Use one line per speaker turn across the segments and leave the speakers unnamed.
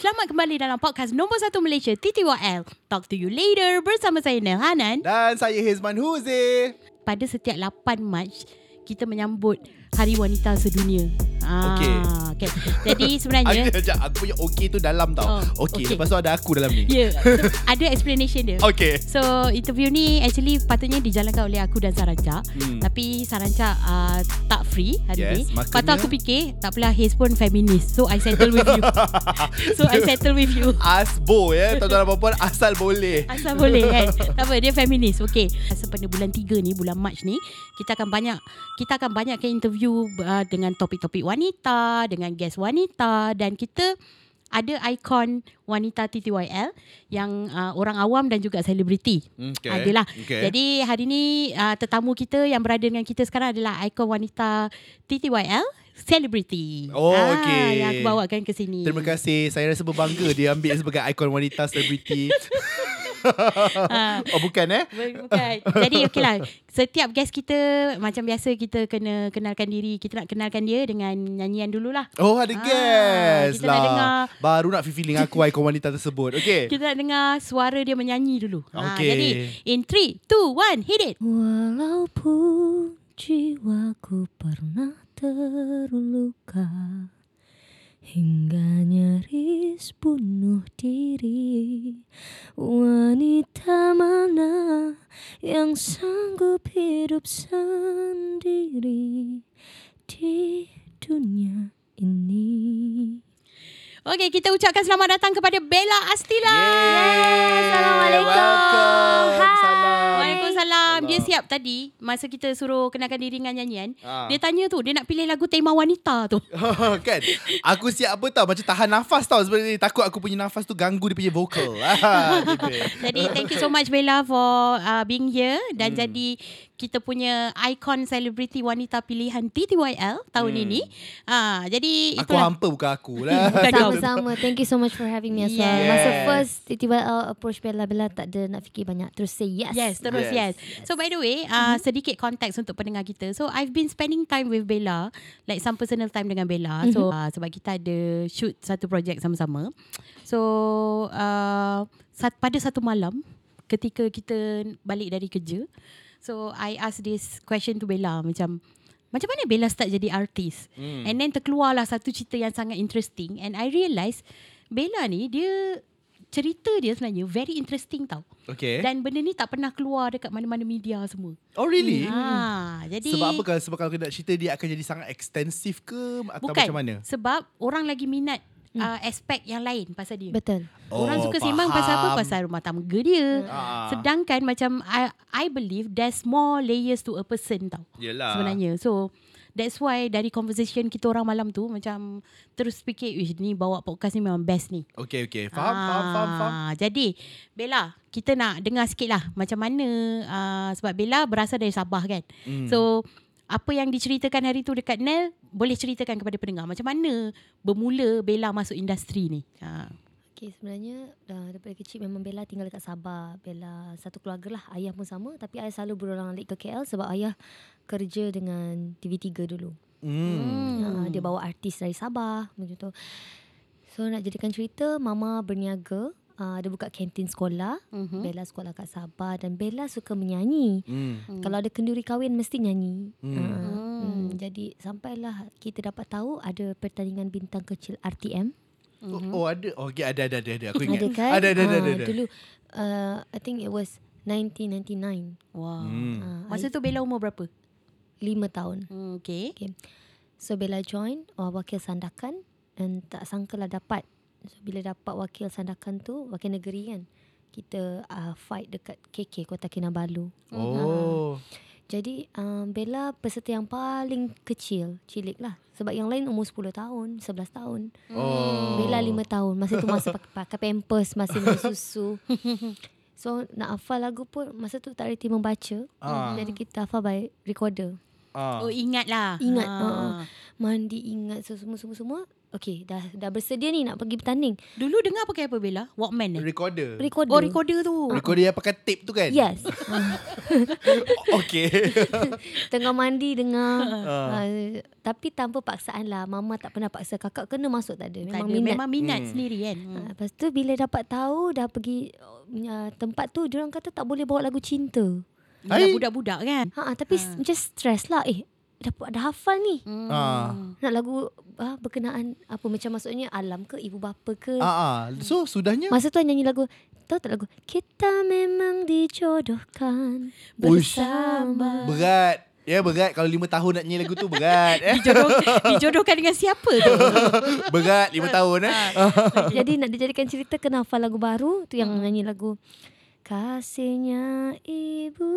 Selamat kembali dalam podcast nombor 1 Malaysia TTYL. Talk to you later bersama saya Nel Hanan.
Dan saya Hizman Huzi.
Pada setiap 8 Mac kita menyambut Hari Wanita Sedunia. Ah,
Okey.
okay. Jadi sebenarnya
Ada sekejap Aku punya okey tu dalam tau
ya. Oh,
Okey
okey.
okay. Lepas tu ada aku dalam ni
ya, so, ada explanation dia.
Okey
So interview ni actually patutnya dijalankan oleh aku dan Saranca hmm.
Hmm.
Tapi Saranca uh, tak free hari
Yes,
ni
makanya-
Lepas tu aku fikir tak apalah Haze pun feminist So I settle with you So I settle with you
Asbo ya Tuan-tuan dan perempuan Asal boleh
Asal boleh kan Tak apa dia feminis Okay Asal pada bulan 3 ni Bulan Mac ni Kita akan banyak Kita akan banyakkan interview uh, Dengan topik-topik wanita Dengan guest wanita Dan kita ada ikon wanita TTYL yang uh, orang awam dan juga selebriti.
Okey.
Adalah.
Okey.
Jadi hari ni uh, tetamu kita yang berada dengan kita sekarang adalah ikon wanita TTYL selebriti. Ah,
Oh, okey.
Yang aku bawakan ke sini.
Terima kasih Saya rasa berbangga Dia ambil sebagai ikon wanita selebriti
Ah.
Oh bukan eh
Bukan. Jadi okey lah. Setiap guest kita macam biasa kita kena kenalkan diri. Kita nak kenalkan dia dengan nyanyian dululah.
Oh ada
Ah,
guest
kita nak
lah
dengar.
Baru nak feeling aku Ikon wanita tersebut Okay
Kita nak dengar suara dia menyanyi dulu. Ha,
Okey.
jadi in 3, 2, 1, hit it.
Walaupun jiwaku pernah terluka Hingga nyaris bunuh diri Wanita mana yang sanggup hidup sendiri Di dunia ini
Okey, kita ucapkan selamat datang kepada Bella Astila.
Yeay
Assalamualaikum.
Welcome
Hai.
Salam.
Waalaikumsalam. Dia
Salam.
siap tadi masa kita suruh kenalkan diri dengan nyanyian.
Ah.
Dia tanya tu, dia nak pilih lagu tema wanita tu.
kan Aku siap apa tau Macam tahan nafas tau Sebenarnya Takut aku punya nafas tu Ganggu dia punya vokal Ah, gitu.
Jadi thank you so much Bella for uh, being here dan jadi kita punya icon selebriti wanita pilihan TTYL tahun hmm. ini. Ah jadi
Aku hampa bukan aku lah
Bukan kau.
Sama-sama. Thank you so much for having me as well.
Yes.
Masa first tiba-tiba I'll approach Bella Bella tak ada nak fikir banyak terus say yes.
Yes, terus yes.
Yes.
yes. So by the way, uh, sedikit konteks untuk pendengar kita. So I've been spending time with Bella, like some personal time dengan Bella. Mm-hmm. So uh, sebab kita ada shoot satu projek sama-sama. So uh, sat- pada satu malam ketika kita balik dari kerja, so I ask this question to Bella macam macam mana Bella start jadi artis? Mm. And then terkeluarlah satu cerita yang sangat interesting and I realise Bella ni dia cerita dia sebenarnya very interesting tau.
Okay
Dan benda ni tak pernah keluar dekat mana-mana media semua.
Oh really?
Ha, jadi
Sebab apa kalau sebab kalau kita nak cerita dia akan jadi sangat ekstensif ke atau
Bukan.
macam mana?
Sebab orang lagi minat hmm. uh, aspek yang lain pasal dia.
Betul.
Orang
Oh,
suka sembang pasal apa? Pasal rumah tangga dia.
Ah.
Sedangkan macam I, I believe there's more layers to a person tau.
Yelah.
Sebenarnya. So that's why dari conversation kita orang malam tu macam terus fikir, "Wih, ni bawa podcast ni memang best ni."
Okay okay Faham faham faham faham
Ah, Jadi Bella, kita nak dengar sikit lah macam mana uh, sebab Bella berasal dari Sabah kan.
Hmm.
Mm. So apa yang diceritakan hari tu dekat Nel boleh ceritakan kepada pendengar macam mana bermula Bella masuk industri ni. Ha.
Okay, sebenarnya dah daripada kecil memang Bella tinggal dekat Sabah. Bella satu keluarga lah. Ayah pun sama tapi ayah selalu berulang alik ke KL sebab ayah kerja dengan TV3 dulu.
Hmm.
Hmm. Uh, dia bawa artis dari Sabah macam tu. So nak jadikan cerita, mama berniaga. Uh, dia buka kantin sekolah.
Mhm.
Bella sekolah kat Sabah dan Bella suka menyanyi.
Hmm.
Hmm. Kalau ada kenduri kahwin mesti nyanyi.
Hmm.
Hmm. Ha. Hmm. Jadi sampailah kita dapat tahu ada pertandingan bintang kecil RTM.
Oh, oh ada. Oh okay, ada ada ada ada. Aku ingat.
Ada kan?
Ada ada ada
Ah,
ada. ada.
Dulu uh, I think it was 1999.
Wow.
Hmm.
Hmm.
Masa tu Bella umur berapa?
lima tahun.
Hmm, okay.
So Bella join uh, wakil sandakan dan tak sangkalah dapat. So bila dapat wakil sandakan tu, wakil negeri kan. Kita uh, fight dekat KK Kota Kinabalu.
Oh.
Jadi um, Bella peserta yang paling kecil, cilik lah. Sebab yang lain umur 10 tahun, 11 tahun.
Oh.
Bella 5 tahun. Masa tu masa pakai, pakai pampers, masih minum susu. So nak hafal lagu pun masa tu tak reti membaca.
Ah.
Jadi kita hafal by recorder.
Ah.
Oh ingat lah.
Ingat,
Ha.
ah. mandi ingat so, semua semua semua. Okey, dah dah bersedia ni nak pergi bertanding.
Dulu dengar pakai apa Bella? Walkman eh?
Recorder.
Recorder.
Oh recorder tu.
Recorder yang pakai tape tu kan?
Yes.
Okay.
Tengah mandi dengar.
Ah.
Uh, tapi tanpa paksaan lah. Mama tak pernah paksa. Kakak kena masuk tak ada.
Tak
Memang
ada.
minat.
Memang minat
Hmm.
sendiri kan.
Ha, lepas tu bila dapat tahu dah pergi uh, tempat tu orang kata tak boleh bawa lagu cinta.
Yelah,
Hai.
budak-budak kan.
Ha ah, tapi
Ha.
ha.
Hmm.
macam stres lah eh dah dah hafal ni.
Hmm.
Ah.
Nak lagu ah, berkenaan apa macam maksudnya alam ke ibu bapa ke.
Ah, ah. So sudahnya
Masa tu I nyanyi lagu Tahu tak lagu Kita memang dijodohkan
Uish.
Bersama
berat. Ya berat kalau lima tahun nak nyanyi lagu tu berat eh.
Dijodoh, dijodohkan dengan siapa tu? Ha,
Berat lima tahun eh.
Jadi nak dijadikan cerita Kena hafal lagu baru Tu
Hmm.
yang nyanyi lagu Kasihnya ibu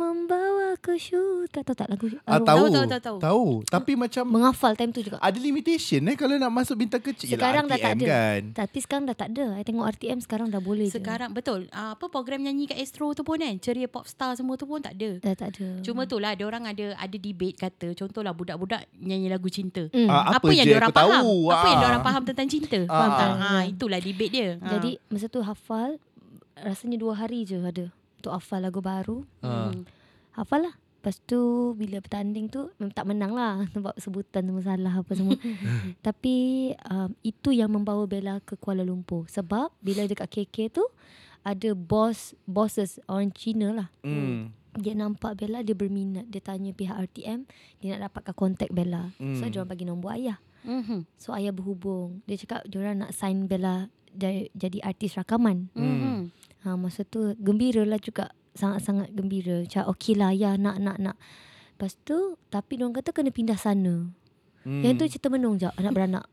Membawaku syurga Tahu tak lagu
Ah,
arwah?
tahu,
Tahu, tahu, tahu.
Tahu. Tapi macam
Menghafal time tu juga
ada limitation eh kalau nak masuk bintang kecil. Yelah,
Sekarang dah
RTM
tak ada
Kan.
Tapi sekarang dah tak ada I tengok RTM sekarang dah boleh je
Sekarang betul. Ah, Apa program nyanyi kat Astro tu pun kan. Ceria Popstar semua tu pun tak ada.
Dah tak ada
Cuma tu lah dia orang ada ada debate kata contohlah budak-budak nyanyi lagu cinta.
Hmm.
Ah,
Apa, yang
je
dia orang
aku
faham?
Tahu.
Apa yang
Ah.
dia orang faham tentang cinta?
Ah.
Faham tak?
Ah.
Ha itulah debate dia. Ha.
Jadi masa tu hafal Rasanya dua hari je ada Untuk hafal lagu baru
Ah.
Hmm.
Hafal lah Lepas tu bila bertanding tu memang tak menang lah Sebab sebutan semua salah apa semua Tapi um, itu yang membawa Bella ke Kuala Lumpur Sebab bila dekat KK tu Ada bos bosses orang Cina lah
Hmm.
Dia nampak Bella dia berminat Dia tanya pihak RTM Dia nak dapatkan kontak Bella
Hmm.
So diorang bagi nombor ayah
Mhm.
So ayah berhubung Dia cakap diorang nak sign Bella jadi, jadi artis rakaman
Hmm.
Mhm.
Ha, masa tu gembira lah juga. Sangat-sangat gembira. Macam okey lah ya nak nak nak. Lepas tu tapi diorang kata kena pindah sana.
Hmm.
Hmm. Yang tu cerita menung je anak beranak.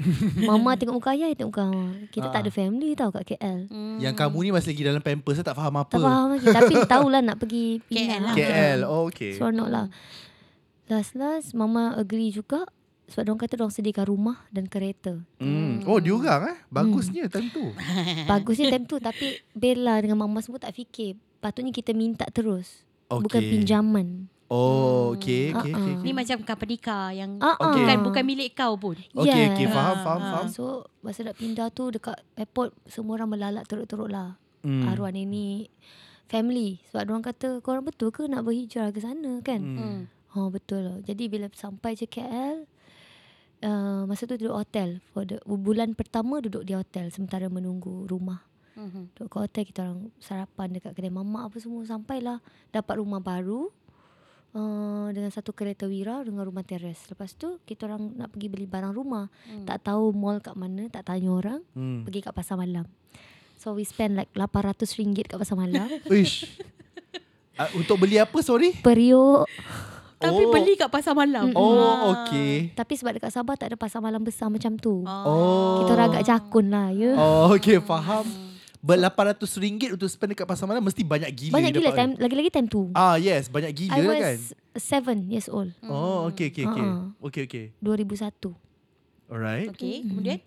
Mama tengok muka ayah, ayah tengok muka mama.
Ah.
Kita tak ada family tau kat KL.
Hmm.
Yang kamu ni masih lagi dalam pampers saya tak faham apa.
Tak faham lagi. Tapi tahulah nak pergi
KL
pindah.
lah.
KL. Oh, okay.
Seronok lah. Last-last mama agree juga. Sebab diorang kata diorang sediakan rumah dan kereta.
Hmm. Oh, diorang eh. Bagusnya hmm. tentu.
Bagusnya time tu. Tapi Bella dengan mama semua tak fikir. Patutnya kita minta terus. Okay. Bukan pinjaman.
Oh, okay. Okay, okay.
Hmm. Ni
okay.
macam company car yang
Ah, ah.
Okay.
bukan bukan milik kau pun.
Okay, okay. Faham,
Ah,
faham,
ah.
faham.
So masa nak pindah tu dekat airport semua orang melalak teruk-teruk lah.
Hmm.
Hmm. Arwah nenek family sebab orang kata korang betul ke nak berhijrah ke sana kan? Hmm.
Hmm.
Oh betul lah. Jadi bila sampai je KL Uh, masa tu duduk hotel for the, bulan pertama duduk di hotel sementara menunggu rumah
Mhm.
duduk kat hotel kita orang sarapan dekat kedai mamak apa semua sampailah dapat rumah baru uh, dengan satu kereta wira dengan rumah teres lepas tu kita orang nak pergi beli barang rumah
Hmm.
tak tahu mall kat mana Tak tanya orang
Hmm.
Pergi kat pasar malam So we spend like RM800 ringgit kat pasar malam
Uish. Uh, untuk beli apa sorry?
Periuk
Tapi
Oh.
beli kat pasar
Hmm.
malam.
Oh, okay.
Tapi sebab dekat Sabah tak ada pasar malam besar macam tu
Ah.
Oh.
Kita orang agak jakun lah ya
Oh, okay. Faham. Ber-800 ringgit untuk spend dekat pasar malam mesti banyak gila.
Banyak gila
dapat.
time, Lagi-lagi time tu
Oh, Ah, yes. Banyak gila
I was
kan?
7 years old
Oh, okay, okay, okay.
Ah,
Okay, okay.
2001
Alright.
Okay, kemudian?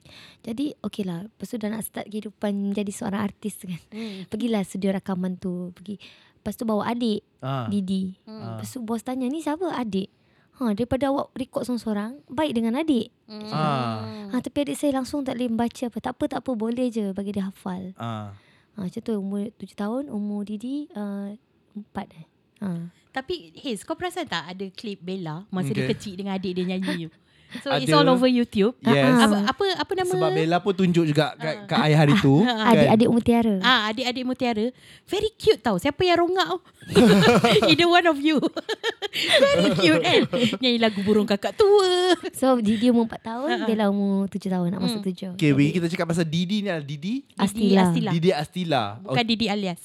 Jadi okay lah Lepas tu dah nak start kehidupan Jadi seorang artis kan
Hmm.
Pergilah studio rakaman tu Pergi Lepas tu bawa adik
Ah.
Didi
Ah.
Lepas tu bos tanya Ni siapa adik Ha, daripada awak rekod seorang-seorang Baik dengan adik
Hmm.
Ah.
Ha, tapi adik saya langsung tak boleh membaca apa. Tak apa, tak apa. Boleh je bagi dia hafal.
Ah.
Ha, macam tu umur 7 tahun. Umur Didi uh, 4 eh. Ha.
Tapi Haze kau perasan tak ada klip Bella masa okay. dia
Okay.
kecil dengan adik dia nyanyi tu. So it's
Ada.
all over YouTube.
Yes.
Apa
Ah.
apa apa nama?
Sebab Bella pun tunjuk juga kat, kat ayah hari tu.
Ah.
kan?
Adik-adik umur tiara. Ah.
Ah, adik-adik mutiara Very cute tau Siapa yang rongak tau Either one of you Very cute kan Nyanyi lagu burung kakak tua
So Didi umur 4 tahun. Bella umur 7 tahun. Nak masuk 7.
Okay, we kita cakap pasal Didi ni adalah Didi.
Didi
Astila.
Astila.
Didi Astila.
Bukan Didi alias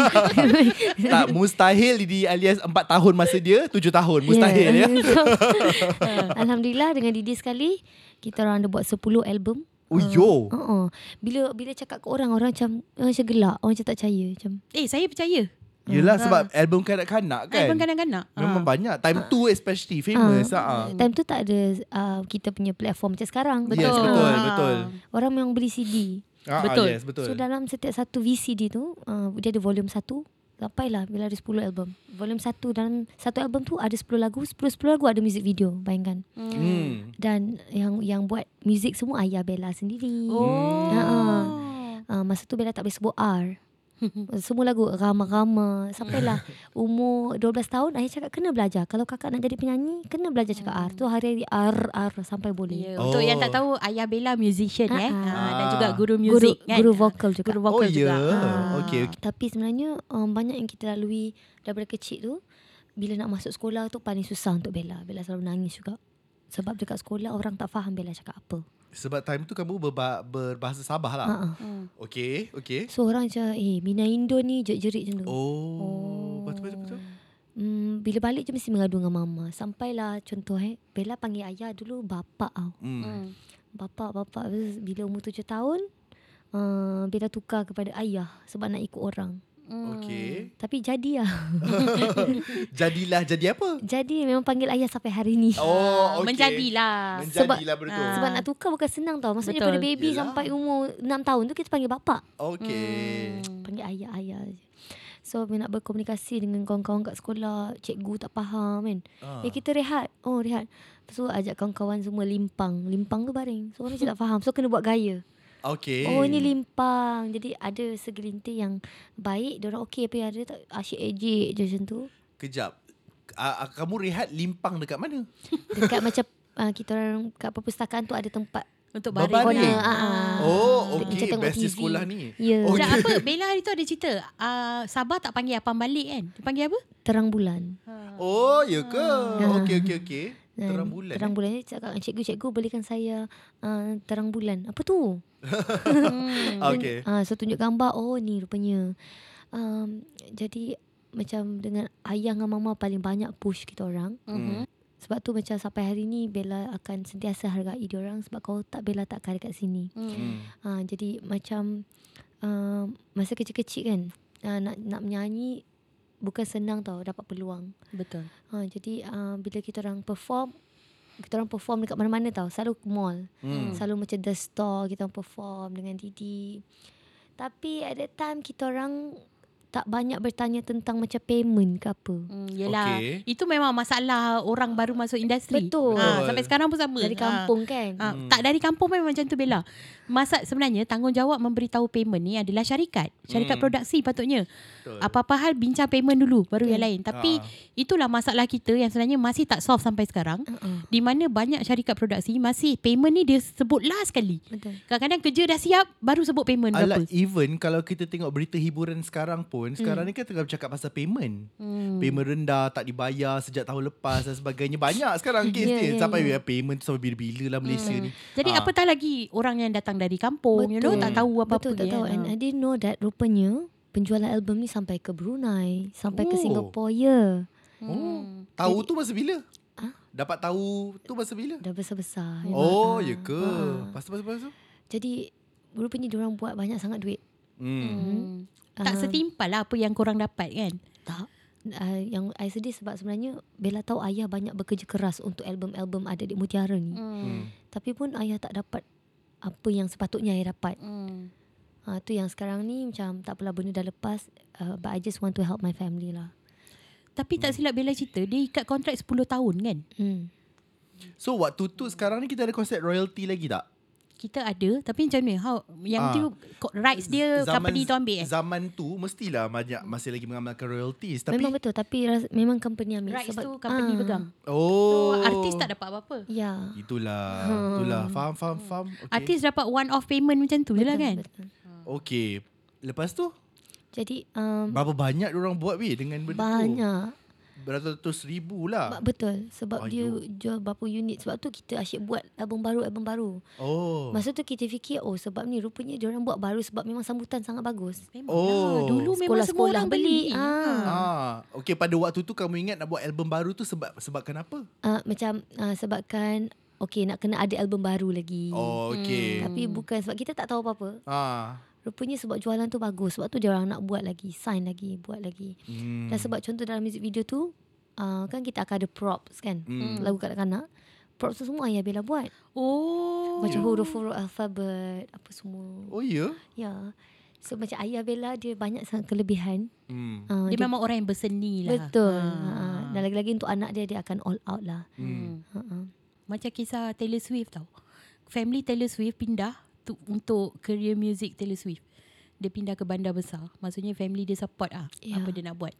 Okay, tak mustahil Didi alias 4 tahun masa dia, 7 tahun. Mustahil yeah. ya.
So, Alhamdulillah dengan Didi sekali. Kita orang ada buat 10 album.
Oh yo.
Uh-uh. Bila bila cakap ke orang, orang macam, orang macam gelak. Orang macam tak percaya. Macam,
Eh saya percaya
Oh,
Yelah sebab album kanak-kanak kan.
kan? Abang kanak-kanak
Memang
Ah.
banyak. Time 2 especially famous. Ah.
time tu tak ada uh, kita punya platform macam sekarang.
Yes,
Betul.
betul,
Ah.
betul.
Orang memang beli CD.
Ah, ah,
Betul.
Yes, betul.
So dalam setiap satu VCD tu uh, Dia ah, ada volume satu Sampailah bila ada 10 album. Volume 1 dan satu album tu ada 10 lagu, 10 10 lagu ada music video, bayangkan.
Hmm.
Dan yang yang buat music semua ayah Bella
Hmm.
sendiri.
Oh.
Ha, ha. Uh, masa tu Bella tak boleh sebut R. Semua lagu rama-rama Sampailah umur 12 tahun Ayah cakap kena belajar Kalau kakak nak jadi penyanyi Kena belajar cakap R Tu hari-hari R, R sampai boleh
Yeah. Ya,
Oh.
Untuk yang tak tahu Ayah Bella musician eh.
Ah,
Ah,
ah.
dan juga guru
Guru,
music kan.
guru vokal juga
Guru
Oh
vokal
ya.
juga.
Yeah.
Ah.
Okay, okay.
Tapi sebenarnya um, banyak yang kita lalui daripada kecil tu bila nak masuk sekolah tu paling susah untuk Bella. Bella selalu nangis juga. Sebab dekat sekolah orang tak faham Bella cakap apa.
Sebab time tu kamu berba- berbahasa Sabah lah.
Ha ah.
Hmm.
Okay, okay.
So orang macam eh Mina Indo ni jerit-jerit macam tu.
Oh, betul betul betul.
Hmm, bila balik je mesti mengadu dengan mama. Sampailah contoh eh Bella panggil ayah dulu bapak tau.
Hmm.
Hmm.
Bapak bapak Terus bila umur tujuh tahun uh, Bella tukar kepada ayah sebab nak ikut orang.
Okay.
Tapi jadi lah.
Jadilah jadi apa?
Jadi memang panggil ayah sampai hari ni.
Ah,
Oh, okay.
Menjadilah.
Sebab-
Menjadilah betul.
Ah.
Sebab nak tukar bukan senang tau. Maksudnya
Betul.
Betul. daripada baby
Yelah.
Yelah. sampai umur 6 tahun tu kita panggil bapak.
Okay.
Hmm.
Panggil ayah-ayah je. So bila nak berkomunikasi dengan kawan-kawan kat sekolah, cikgu tak faham kan.
Ah.
Eh kita rehat. Oh rehat. Lepas tu ajak kawan-kawan semua limpang. Limpang ke baring? So orang macam tak faham. So kena buat gaya.
Okay.
Oh ni limpang. Jadi ada segelintir yang baik, dia orang okey apa yang ada tak asyik ejek je macam tu.
Kejap. Ah, ah, kamu rehat limpang dekat mana?
Dekat macam uh, kita orang kat perpustakaan tu ada tempat.
Untuk
Berbaring.
baring.
Ah, ah.
Oh,
Macam
okay.
tengok
Besti
TV.
sekolah ni.
Ya,
Oh,
yeah.
Sekejap apa Bella hari tu ada cerita uh, Sabah tak panggil Abang balik kan Dia panggil apa?
terang bulan.
Oh, ya ke? Okay, okay, okay. Terang bulan.
Ya, Terang
eh?
bulan ni cakap dengan cikgu, cikgu belikan saya uh, terang bulan. Apa tu?
hmm.
Ah, Okay.
Ah, so tunjuk gambar, oh ni rupanya. Um, jadi macam dengan ayah dengan mama paling banyak push kita orang.
Mhm.
Sebab tu macam sampai hari ni Bella akan sentiasa hargai dia orang sebab kalau tak Bella tak akan dekat sini.
Hmm.
Hmm.
Ah, jadi macam uh, masa kecil-kecil kan uh, nak nak menyanyi bukan senang tau dapat peluang.
Betul
Ha, jadi uh, bila kita orang perform kita orang perform dekat mana-mana tau selalu ke mall
Hmm.
selalu macam the store kita orang perform dengan Didi tapi at that time kita orang tak banyak bertanya tentang macam payment ke apa
hmm, Yelah
Okay.
Itu memang masalah Orang baru masuk industri
Betul.
ha, Sampai sekarang pun sama
dari kampung kan
Ha, hmm. Tak dari kampung memang macam tu Bella Masa sebenarnya tanggungjawab memberitahu payment ni adalah syarikat Syarikat
Hmm.
produksi patutnya
Betul.
Apa-apa hal bincang payment dulu Baru yang lain Tapi
Ah.
itulah masalah kita Yang sebenarnya masih tak solve sampai sekarang
uh-uh.
Di mana banyak syarikat produksi Masih payment ni dia sebut last sekali
betul
Kadang-kadang kerja dah siap Baru sebut payment berapa
Alah, even kalau kita tengok berita hiburan sekarang pun,
Hmm.
sekarang ni kan tengah bercakap pasal payment.
Hmm.
Payment rendah, tak dibayar sejak tahun lepas dan sebagainya. Banyak sekarang kes
Ya,
yeah,
ya, Hmm.
Sampai yeah. payment tu sampai bila-bila lah Malaysia ni.
Jadi
Ah.
ha. apatah lagi orang yang datang dari kampung, Oh, you know, tak tahu apa-apa
betul tak
kan.
tahu and
Ah.
I didn't know that rupanya penjualan album ni sampai ke Brunei sampai
Oh.
ke Singapura ya
Hmm.
Oh, tahu tu masa bila?
Ah?
Dapat tahu tu masa bila?
dah besar-besar you know.
Oh, ya
Ah,
ke?
ah.
Pastu pastu pastu.
jadi rupanya diorang buat banyak sangat duit
Hmm.
Hmm. Tak
Ah,
setimpal lah apa yang korang dapat kan.
Tak. Uh, yang I sedih sebab sebenarnya Bella tahu ayah banyak bekerja keras untuk album-album Adik Mutiara ni.
Hmm.
Tapi pun ayah tak dapat apa yang sepatutnya ayah dapat.
Hmm.
Ha, tu yang sekarang ni macam tak apalah benda dah lepas uh, but I just want to help my family lah.
Tapi tak silap Bella cerita, dia ikat kontrak 10 tahun kan.
Hmm.
So waktu tu sekarang ni kita ada konsep royalty lagi tak?
Kita ada, tapi macam mana? How, yang
Ah.
tu co- rights dia company tu ambil eh?
Zaman tu mestilah banyak masih lagi mengamalkan royalties tapi
memang betul tapi ras, memang company ambil
Rights tu company
Ah,
pegang.
oh
So artis tak dapat apa-apa.
Ya.
Itulah,
Hmm.
itulah. Faham, faham, faham. Okay.
Artis dapat one off payment macam tu je lah kan.
betul.
Okay. Lepas tu,
Hmm. Jadi um,
berapa banyak orang buat weh dengan benda tu?
banyak
Beratus ribu lah.
Ba- betul sebab
Ayuh.
dia jual berapa unit sebab tu kita asyik buat album baru album baru.
Oh.
Masa tu kita fikir oh sebab ni rupanya dia orang buat baru sebab memang sambutan sangat bagus.
Memang
Oh.
lah. Dulu memang semua
Sekolah-sekolah
orang
beli.
beli. Ha.
Ah.
Ah, okay pada waktu tu kamu ingat nak buat album baru tu sebab sebab kenapa?
Uh, macam uh, sebabkan okay nak kena ada album baru lagi.
Oh, okay.
Tapi bukan sebab kita tak tahu apa-apa.
Ah.
Rupanya sebab jualan tu bagus. Sebab tu dia orang nak buat lagi, sign lagi, buat lagi.
Hmm.
Dan sebab contoh dalam music video tu uh, kan kita akan ada props kan.
Hmm.
Lagu kanak-kanak. Props tu semua ayah Bella buat.
Oh. Oh.
Macam huruf-huruf alfabet apa semua.
Oh, ya. Yeah?
Ya. So macam ayah Bella dia banyak sangat kelebihan.
Hmm.
Uh,
Dia memang orang yang berseni lah.
betul. Ha.
Ah.
Dan lagi-lagi untuk anak dia dia akan all out lah.
Hmm.
Ha. ha.
Macam kisah Taylor Swift tau. Family Taylor Swift pindah tu, untuk career music Taylor Swift. Dia pindah ke bandar besar. Maksudnya family dia support ah yeah.
Ya.
apa dia nak buat.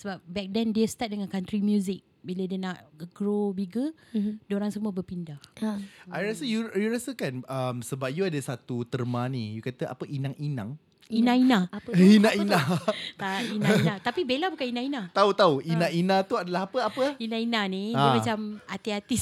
Sebab back then dia start dengan country music. Bila dia nak grow bigger,
Mhm.
dia orang semua berpindah.
Ha.
I rasa you, you rasa kan um, sebab you ada satu terma ni. You kata apa inang-inang?
Ina-ina.
Apa tu?
Ina-ina.
tak, Ina-ina. Tapi Bella bukan Ina-ina.
Tahu tahu ina-ina tu adalah apa apa?
Ina-ina ni,
Ah.
dia macam hati-hati.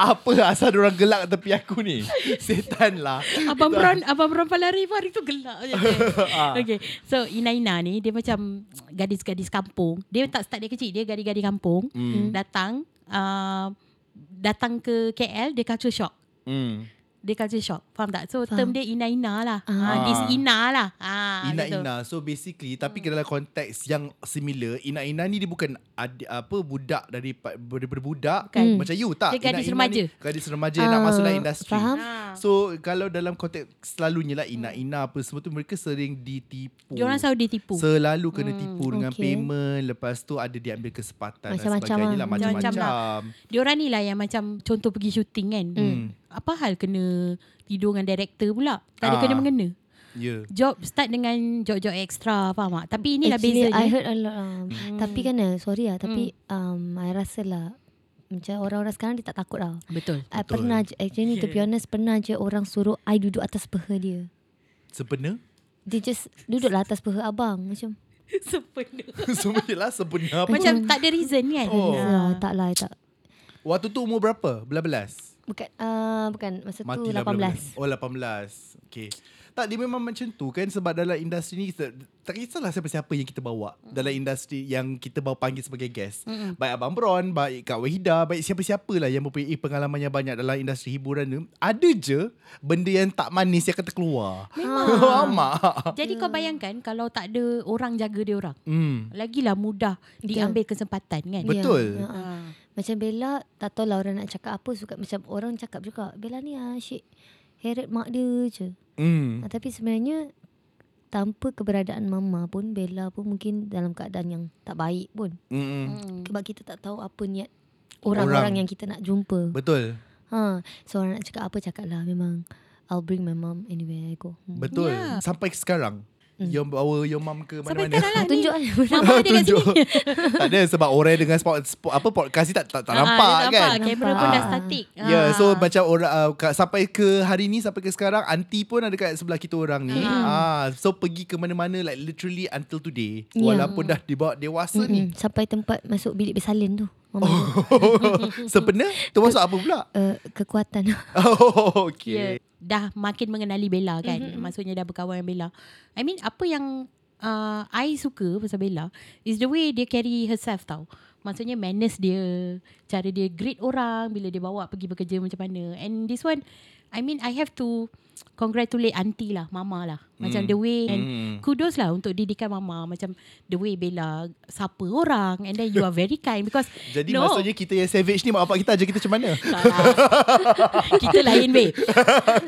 Apa asal orang gelak tepi aku ni? Setan lah.
Abang Ron Abang Ron Palari pun hari tu gelak je.
Ha.
okay. So Ina Ina ni dia macam gadis-gadis kampung. Dia tak start dia kecil. Dia gadis-gadis kampung.
Hmm.
Datang uh, datang ke KL dia culture shock.
Hmm.
Dia culture shock. Faham tak? So term
Faham.
dia Ina Ina lah. Ah.
Ah.
this Ina lah. Ah,
Ina
gitu.
Ina So basically Tapi dalam konteks yang similar Ina Ina ni dia bukan ad, Apa budak dari Daripada budak Hmm.
Bukan.
Macam you tak
Dia gadis
Ina-ina
remaja.
ni, Gadis remaja yang nak
Ah,
masuk dalam industri
faham.
Ah.
So kalau dalam konteks Selalunya lah Ina Ina apa Semua tu mereka sering ditipu
Dia orang Hmm, selalu ditipu.
Selalu kena tipu dengan
okay.
payment Lepas tu ada diambil kesempatan dan
Macam-macam
sebagainya lah
lah.
Macam-macam lah.
Macam-macam
Dia orang ni lah yang macam contoh pergi syuting kan.
Hmm.
Apa hal kena tidur dengan director pula? Tak ada
Ah.
kena mengena.
Ya
Job start dengan job-job extra faham tak? Tapi lah inilah
Actually,
bezanya. Hmm.
I heard a lot. Um, Tapi kan, eh, sorry lah. Tapi um, I rasa lah, macam orang-orang sekarang dia tak takut lah.
Betul.
I
Betul.
pernah je, actually to be honest, pernah je orang suruh I duduk atas peha dia.
Sebenar
Dia just duduklah atas peha abang. Macam,
Sepenuh.
Semua je lah sebenar apa?
Macam tak ada reason kan.
Oh.
oh. tak lah, I tak.
Waktu tu umur berapa? Belas-belas
Bukan, uh, bukan masa tu
Matilah
18.
18. Oh 18. Okay. Tak dia memang macam tu kan sebab dalam industri ni kita, tak kisahlah siapa-siapa yang kita bawa mm. dalam industri yang kita bawa panggil sebagai guest. Mm. Baik Abang Bron, baik Kak Wahida, baik siapa-siapalah yang mempunyai pengalaman yang banyak dalam industri hiburan ni, ada je benda yang tak manis yang akan terkeluar. Memang. Amak.
Jadi kau bayangkan kalau tak ada orang jaga dia orang.
Hmm.
Lagilah mudah diambil kesempatan kan.
Ya,
Betul.
ya, ah. Macam Bella tak tahu lah orang nak cakap apa suka macam orang cakap juga Bella ni ah, asyik heret mak dia je.
Hmm.
Ah, tapi sebenarnya tanpa keberadaan mama pun Bella pun mungkin dalam keadaan yang tak baik pun.
Mm-mm.
Hmm.
Sebab kita tak tahu apa niat
Orang.
orang-orang yang kita nak jumpa.
Betul.
Ha, so orang nak cakap apa cakap lah memang I'll bring my mom anywhere I go. Hmm.
Betul. Yeah.
Ya.
Sampai sekarang. Mm. You bawa your mum ke
Sampai
mana-mana.
sekarang lah ni.
Tunjuk lah.
Mama ada kat sini.
Tunjuk. tak ada sebab orang dengan spot, spot, apa podcast ni tak tak, tak
Ah,
nampak
dia
kan.
Nampak. Kamera pun dah
Ah.
statik.
Ya, yeah, so macam orang uh, kat- sampai ke hari ni sampai ke sekarang anti pun ada kat sebelah kita orang ni.
Hmm.
Ah, so pergi ke mana-mana like literally until today.
Ya.
Walaupun dah dibawa dewasa ni.
Mm-mm. Sampai tempat masuk bilik bersalin tu. Mama oh.
Hmm.
Sebenarnya tu masuk apa pula?
uh, kekuatan.
Oh,
yeah.
okay.
Ya, dah makin mengenali Bella kan. Mm-hmm. Maksudnya dah berkawan dengan Bella. I mean apa yang uh, I suka pasal Bella is the way dia carry herself tau. Maksudnya manners dia, cara dia greet orang bila dia bawa pergi bekerja macam mana. And this one I mean I have to congratulate auntie lah, mama lah. Macam the way and
Mm.
kudos lah untuk didikan mama macam the way Bella sapa orang and then you are very kind because
Jadi
no,
maksudnya kita yang savage ni mak bapak kita aja kita macam mana?
tak lah. Kita lain babe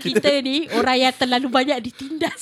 Kita ni Orang yang terlalu banyak ditindas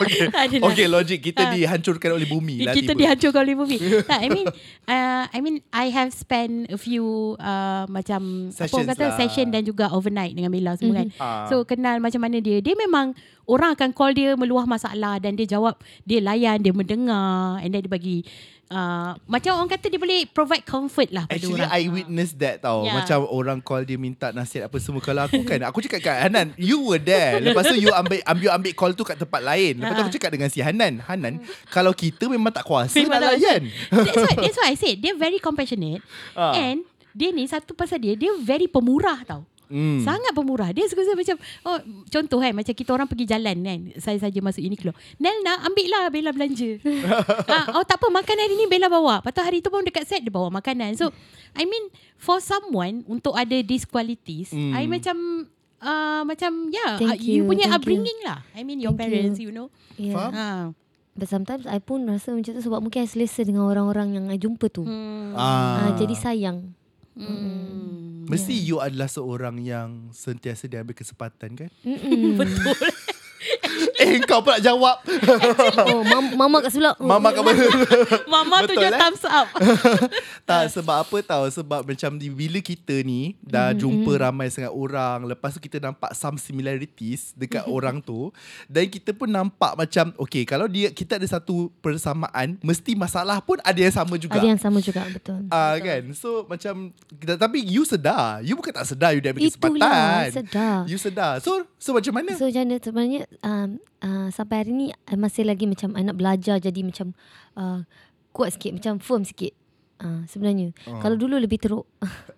okay.
okay, logik kita
Ah.
dihancurkan oleh bumi lah.
Kita
tiba.
dihancurkan oleh movie tak, I mean uh, I mean I have spent A few uh, Macam Apa
Sessions
orang kata
lah.
Session dan juga overnight Dengan Bella semua mm-hmm. kan
Ah.
So kenal macam mana dia Dia memang Orang akan call dia Meluah masalah Dan dia jawab Dia layan Dia mendengar And then dia bagi uh, Macam orang kata Dia boleh provide comfort lah pada
Actually
orang
I witness that tau
Ya.
yeah. Macam orang call dia minta nasihat apa semua Kalau aku kan Aku cakap kat Hanan You were there Lepas tu you ambil ambil, ambil call tu kat tempat lain Lepas tu aku cakap dengan si Hanan Hanan Kalau kita memang tak kuasa
Memang
Memang
tak
nak layan
That's why that's why I said dia very compassionate
Ah.
and dia ni satu pasal dia dia very pemurah tau.
Hmm.
Sangat pemurah. Dia suka macam oh contoh kan macam kita orang pergi jalan kan. Saya saja masuk Uniqlo. Nel nak ambil lah Bella belanja. ah, oh tak apa makan hari ni Bella bawa. Lepas tu hari tu pun dekat set dia bawa makanan. So I mean for someone untuk ada these qualities,
Hmm.
I macam Uh, macam ya yeah,
Thank
you,
you,
punya
thank you.
upbringing lah I mean your
Thank you.
parents you, know
yeah.
Faham?
ha.
But sometimes I pun rasa macam tu sebab mungkin I selesa dengan orang-orang yang I jumpa tu. Hmm.
ah.
Uh, jadi sayang.
hmm.
Mesti you adalah seorang yang Sentiasa diambil kesempatan kan
Mm-mm.
Eh Eh kau pula jawab
Oh, mam- mama kat sebelah. Oh,
Mama kamu
Mama
Betul,
tu je
eh?
thumbs up.
Eh.
Tak sebab apa tahu Sebab macam di, Bila kita ni Dah mm-hmm. jumpa ramai sangat orang Lepas tu kita nampak Some similarities Dekat
Mm-hmm.
orang tu Dan kita pun nampak macam Okay kalau dia kita ada satu persamaan Mesti masalah pun ada yang sama juga
Ada yang sama juga, betul.
Ah uh, kan So macam da- Tapi you sedar You bukan tak sedar You dah ambil
Itulah,
kesempatan
sedar.
You sedar So so macam mana
So macam mana sebenarnya um, uh, sampai hari ni I masih lagi macam I nak belajar jadi macam uh, kuat sikit macam firm sikit. Uh, sebenarnya
Oh.
oh. kalau dulu lebih teruk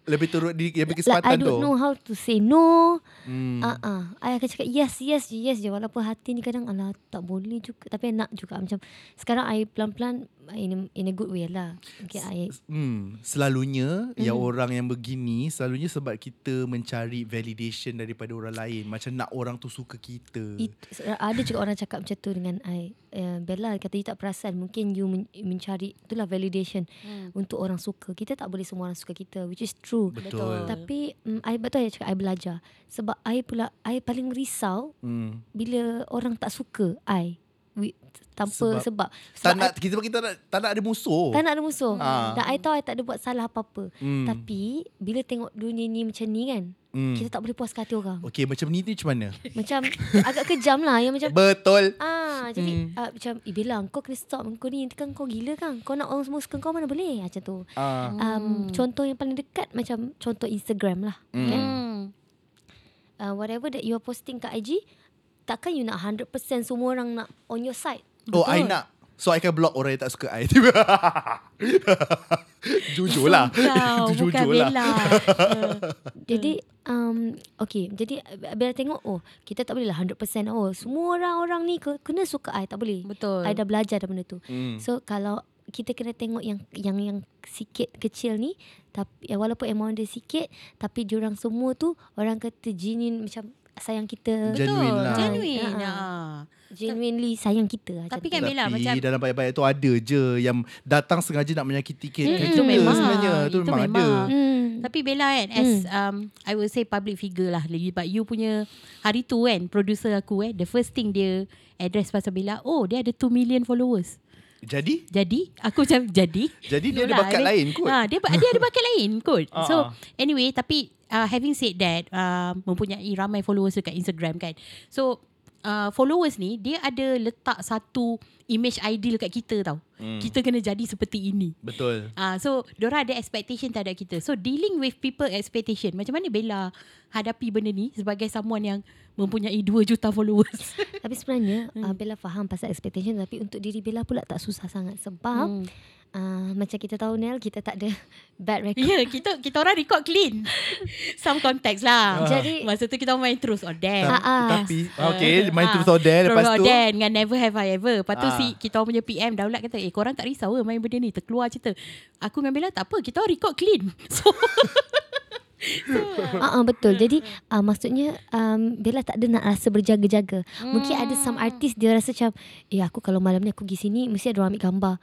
Lebih turut Dia dia ambil
like lah, I
kesempatan tu
don't know how to say no
hmm.
hmm. uh-uh. I akan cakap yes yes je yes je walaupun hati ni kadang alah tak boleh juga tapi I nak juga macam sekarang I pelan-pelan in a, in a good way lah okay, I,
Hmm, selalunya mm. yang orang yang begini selalunya sebab kita mencari validation daripada orang lain. Macam nak orang tu suka kita.
It, ada juga orang cakap macam tu dengan I. Uh, Bella kata you tak perasan. Mungkin you men- mencari itulah validation
Hmm.
hmm. untuk orang suka. Kita tak boleh semua orang suka kita which is true.
Betul.
Tapi um, I betul I cakap I belajar. Sebab I pula I paling risau
Hmm.
bila orang tak suka I Wi-
Sebab-
tanpa sebab
Tak
sebab
nak
I,
kita kita tak nak, tak nak ada musuh.
tak nak ada musuh.
Ah.
Dan I tahu I tak ada buat salah apa-apa.
Hmm.
Tapi bila tengok dunia ni macam ni kan,
Hmm. Oh,
kita tak boleh puaskan hati orang.
Okey, macam ni tu macam mana?
Macam agak kejam lah yang macam
Betul.
Ah, jadi
Hmm.
hmm. uh, macam eh, Bella kau kena stop kau ni nanti kan kau gila kan. Kau nak orang semua suka kau mana boleh macam tu.
Ah.
Um, contoh yang paling dekat macam contoh Instagram lah. Kan?
Hmm.
Uh, whatever that you are posting kat IG takkan you nak 100% semua orang nak on your side.
Oh, I nak. So I can block orang yang tak suka I. Tiba. Jujur lah.
Kau
Jujur
bukan
lah.
Bella.
Jadi
Hmm.
um, okay, jadi uh, Bella tengok oh kita tak boleh lah 100% oh semua orang-orang ni ke- kena suka I tak boleh.
Betul.
I dah belajar dah benda tu.
Hmm.
So kalau kita kena tengok yang yang yang sikit kecil ni tapi eh, walaupun amount dia sikit tapi diorang semua tu orang kata genuine macam sayang kita
Betul. Genuine lah.
Genuine.
Ah.
ah.
genuinely sayang kita lah
Tapi
macam
kan Bella
Tapi
macam
dalam bayat-bayat tu ada je yang datang sengaja nak menyakiti kita.
Mm,
kita
itu memang.
sebenarnya. Itu,
Itu
memang,
memang.
ada.
tu. hmm.
Tapi Bella kan As um, I would say public figure lah lagi, But you punya Hari tu kan Producer aku eh The first thing dia Address pasal Bella Oh dia ada 2 million followers
Jadi?
Jadi Aku macam Jadi
Jadi dia ada
No lah,
bakat
I mean,
lain kot.
Ah, dia, ba- dia ada bakat lain kot.
Ah,
So
ah.
anyway tapi uh, having said that uh, mempunyai ramai followers dekat Instagram kan. So uh, followers ni dia ada letak satu image ideal kat kita tau. Hmm. Kita kena jadi seperti ini.
Betul.
Ah, uh, so Dora ada expectation terhadap kita. So dealing with people expectation. Macam mana Bella hadapi benda ni sebagai someone yang mempunyai 2 juta followers.
tapi sebenarnya
Hmm.
uh, Bella faham pasal expectation tapi untuk diri Bella pula tak susah sangat sebab
Hmm.
uh, macam kita tahu Nel kita tak ada bad record
Ya, yeah, kita kita orang record clean. Some context
Ah.
lah.
Jadi-
masa tu Ya, kita main terus oh, on them.
Ta-
Ah, ah.
Tapi Okay Main
Ah.
terus order Eh, Lepas tu
Order oh, dengan Never Have I Ever Lepas tu
Ah.
si Kita orang punya PM Daulat kata Eh korang tak risau ke Main benda ni Terkeluar cerita Aku dengan Bella tak apa Kita orang record clean So
Ah uh, betul.
Hmm,
Jadi uh, maksudnya um, Bella tak ada nak rasa berjaga-jaga. Hmm. Mungkin ada some artis dia rasa macam eh aku kalau malam ni aku pergi sini mesti ada orang ambil gambar.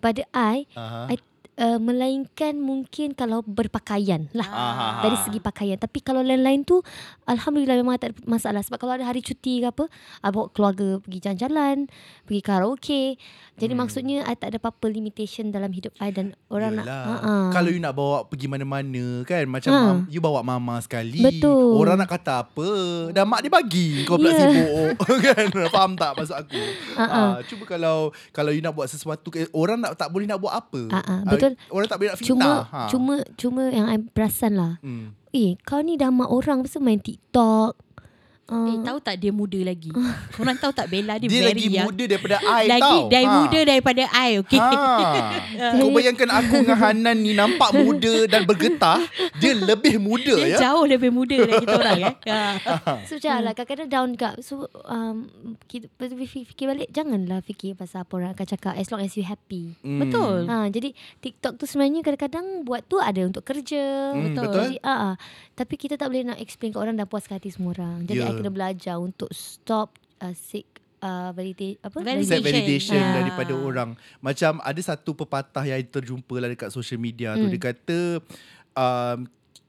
Pada I,
Aha.
I uh, melainkan mungkin kalau berpakaian lah.
Aha.
Dari segi pakaian. Tapi kalau lain-lain tu alhamdulillah memang tak ada masalah sebab kalau ada hari cuti ke apa, I bawa keluarga pergi jalan-jalan, pergi karaoke. Jadi hmm. maksudnya I tak ada apa-apa limitation dalam hidup I dan orang
Yelah.
nak uh-uh.
Kalau you nak bawa pergi mana-mana kan Macam
Ah.
mam, you bawa mama sekali
Betul. Ya.
Orang nak kata apa Dah mak dia bagi Kau pula
Yeah.
sibuk kan? Faham tak maksud aku
Ah,
Ah, Cuba kalau Kalau you nak buat sesuatu ke- Orang nak, tak boleh nak buat apa
Ah, ah,
Ah,
betul.
Orang tak boleh nak fitnah
Cuma
ha.
cuma cuma yang I perasan lah
Hmm.
Eh kau ni dah mak orang Pasal main TikTok uh,
Eh tahu tak dia muda lagi Korang tahu tak Bella
Dia,
dia, very
lagi
young
muda daripada I
Lagi
tau Ah,
dari
Ha.
muda daripada I okay?
Ha. Kau bayangkan aku dengan Hanan ni nampak muda dan bergetah, dia lebih muda
Dia
ya.
jauh lebih muda dari kita orang eh? Ah.
Ha.
So macam
Hmm.
lah Kadang-kadang down kat So um, kita, lepas tu fikir, fikir balik Janganlah fikir pasal apa orang akan cakap As long as you happy
Hmm.
Betul
Ha, jadi TikTok tu sebenarnya kadang-kadang buat tu ada untuk kerja.
Hmm,
Betul.
betul.
Jadi, uh, tapi kita tak boleh nak explain ke orang dan puaskan hati semua orang. Jadi
Ya.
yeah. I kena belajar untuk stop uh, seek uh, validate apa?
Set
Validation.
validation
Ah.
daripada orang. Macam
Hmm.
ada satu pepatah yang I terjumpa lah dekat social media tu.
Hmm.
Dia kata, um,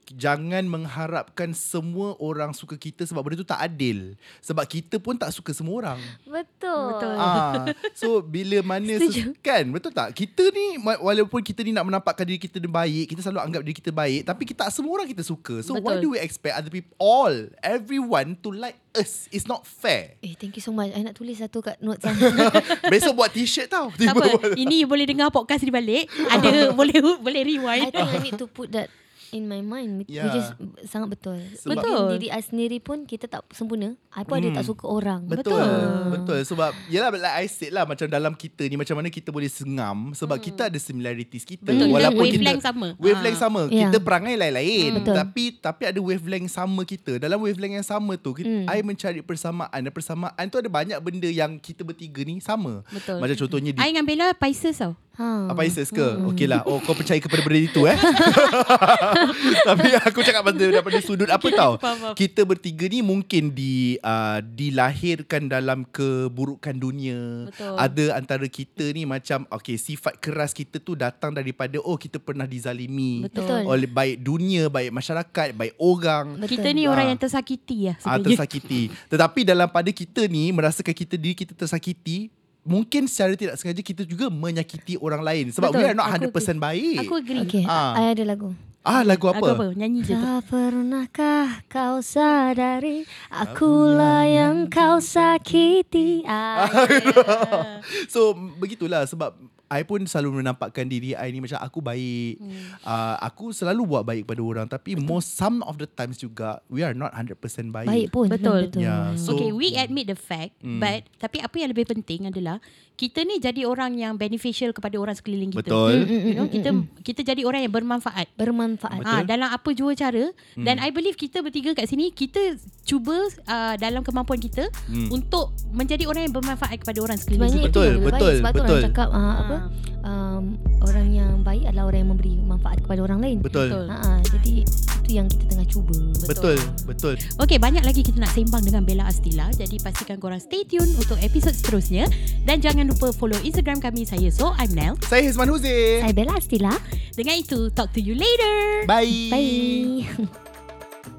jangan mengharapkan semua orang suka kita sebab benda tu tak adil. Sebab kita pun tak suka semua orang.
Betul.
Betul.
Ah, so bila mana ses-
Setuju.
kan betul tak? Kita ni wa- walaupun kita ni nak menampakkan diri kita ni baik, kita selalu anggap diri kita baik, tapi kita tak semua orang kita suka. So why
Betul.
do we expect other people all everyone to like us? It's not fair.
Eh, thank you so much. I nak tulis satu kat note sana.
Besok buat t-shirt tau.
Tak
Tiba
apa. Ini you boleh dengar podcast ni balik. Ada boleh boleh
I
rewind.
think I need to put that in my mind yeah. which is
Yeah.
sangat betul.
Sebab-
Even
Betul.
diri I sendiri pun kita tak sempurna. I
Hmm.
pun ada tak suka orang.
Betul. Betul. Sebab yalah like I said lah macam dalam kita ni macam mana kita boleh sengam sebab kita ada similarities kita
Hmm. Betul.
walaupun
Kita wavelength
kita
sama.
Wavelength
Ah.
sama.
Ya.
Kita perangai
Hmm,
lain-lain
Betul.
tapi tapi ada wavelength sama kita. Dalam wavelength yang sama tu kita,
Hmm.
I mencari persamaan dan persamaan tu ada banyak benda yang kita bertiga ni sama.
Betul.
Macam contohnya di
I Hmm. dengan Bella Pisces tau.
Ha.
apa Isis ke? Okey lah. Oh kau percaya kepada benda itu eh. Tapi aku cakap benda daripada sudut apa tau.
faham, faham.
Kita bertiga ni mungkin di uh, dilahirkan dalam keburukan dunia.
Betul.
Ada antara kita ni macam okey sifat keras kita tu datang daripada oh kita pernah dizalimi
Betul.
oleh baik dunia, baik masyarakat, baik orang.
Betul.
Kita ni
Ah.
orang yang tersakiti lah
Ah,
sebenarnya.
tersakiti. Tetapi dalam pada kita ni merasakan kita diri kita tersakiti, mungkin secara tidak sengaja kita juga menyakiti orang lain sebab
Betul.
we are not
Aku
100% baik.
Aku agree.
Okay,
Ah.
I ada lagu.
ah lagu apa?
Aku apa? Nyanyi je tu.
Tak pernahkah kau sadari akulah yang kau sakiti. Ah, yeah.
So begitulah sebab I pun selalu menampakkan diri I ni macam aku baik. Hmm. Uh, aku selalu buat baik pada orang tapi Betul. most some of the times juga we are not 100% baik. Ya.
Baik pun
Betul.
betul.
Yeah, so Hmm.
okay, we admit the fact mm. but tapi apa yang lebih penting adalah kita ni jadi orang yang beneficial kepada orang sekeliling kita.
Betul.
You know, kita kita jadi orang yang bermanfaat.
Bermanfaat.
Ah, dalam apa jua cara
Hmm.
mm. dan I believe kita bertiga kat sini kita cuba uh, dalam kemampuan kita
Hmm.
mm. untuk menjadi orang yang bermanfaat kepada orang sekeliling.
Sebenarnya
kita.
itu
Betul,
yang lebih
betul,
baik. Sebab tu
betul.
orang cakap ah, apa um, orang yang baik adalah orang yang memberi manfaat kepada orang lain.
Betul.
Betul.
Ha, ah, jadi itu yang kita tengah cuba.
Betul. Betul.
Okey, banyak lagi kita nak sembang dengan Bella Astila. Jadi pastikan korang stay tune untuk episod seterusnya dan jangan lupa follow Instagram kami saya so I'm Nel.
Saya Hizman Huzi.
Saya Bella Astila.
Dengan itu talk to you later.
Bye.
Bye.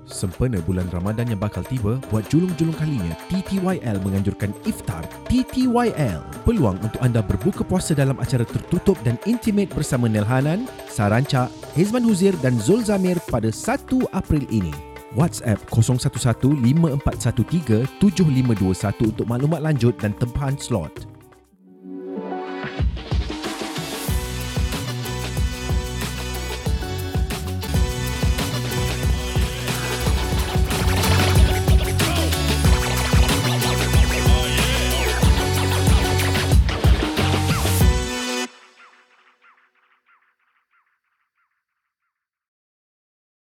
Sempena bulan Ramadan yang bakal tiba, buat julung-julung kalinya, TTYL menganjurkan iftar. TTYL, peluang untuk anda berbuka puasa dalam acara tertutup dan intimate bersama Nel Hanan, Saranca, Hezman Huzir dan Zul Zamir pada 1 April ini. WhatsApp 011 5413 7521 untuk maklumat lanjut dan tempahan slot.